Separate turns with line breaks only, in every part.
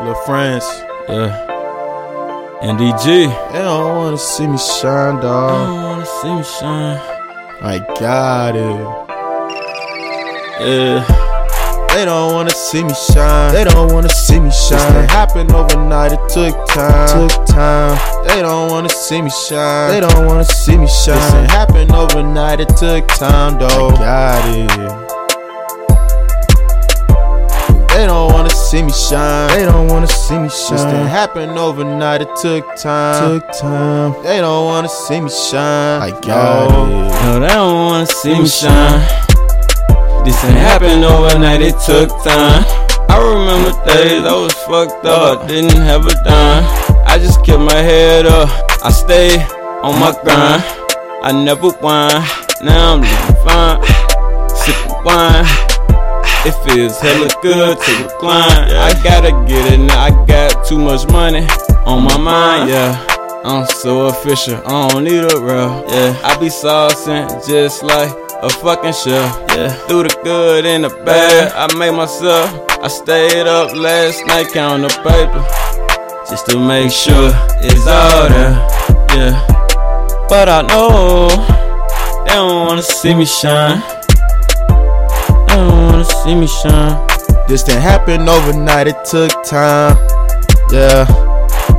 Little friends.
Yeah. Uh, NDG.
They don't want to see me shine,
I
dog.
don't wanna see me shine.
I got it.
Yeah.
They don't want to see me shine. They don't want to see me shine. It happened overnight. It took time. Took time. They don't want to see me shine. They don't want to see me shine. It happened overnight. It took time, dog. I got it. They don't wanna see me shine. They don't wanna see me shine. This didn't happen overnight. It took time. Took time. They don't wanna see me shine. I got it.
No, they don't wanna see me shine. This ain't happened overnight, it took time. I remember days I was fucked up, didn't have a dime. I just kept my head up, I stayed on my grind. I never whine, now I'm looking fine. Sipping wine, it feels hella good to recline. I gotta get it now, I got too much money on my mind, yeah. I'm so official, I don't need a rep. Yeah, I be saucing just like a fucking chef. Yeah, through the good and the bad, I made myself. I stayed up last night counting the paper just to make sure it's all there. Yeah, but I know they don't wanna see me shine. They don't wanna see me shine.
This didn't happen overnight, it took time. Yeah,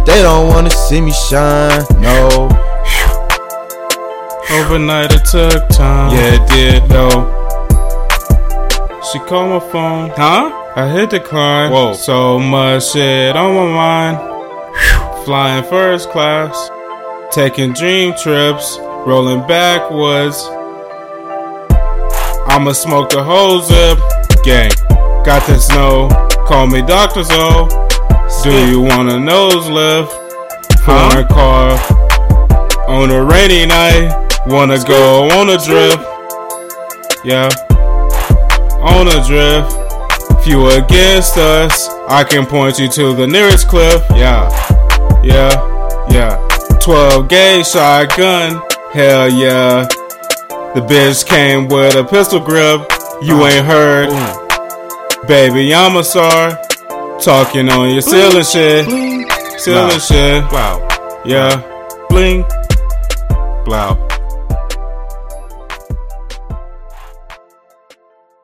they don't wanna see me shine. No,
Overnight it took time.
Yeah,
it did though. She called my phone. Huh? I hit decline. Whoa. So much shit on my mind. Flying first class. Taking dream trips. Rolling backwards. I'ma smoke the whole zip. Gang. Got this no. Call me Dr. Zo. Do you want a nose lift? Foreign car. On a rainy night, wanna go on a drift. Yeah, on a drift. If you against us, I can point you to the nearest cliff. Yeah, yeah, yeah. 12 gauge shotgun. Hell yeah. The bitch came with a pistol grip. You ain't heard. Baby, I'm a star. Talking on your ceiling shit. Ceiling shit. Wow. Yeah. Bling. Blow.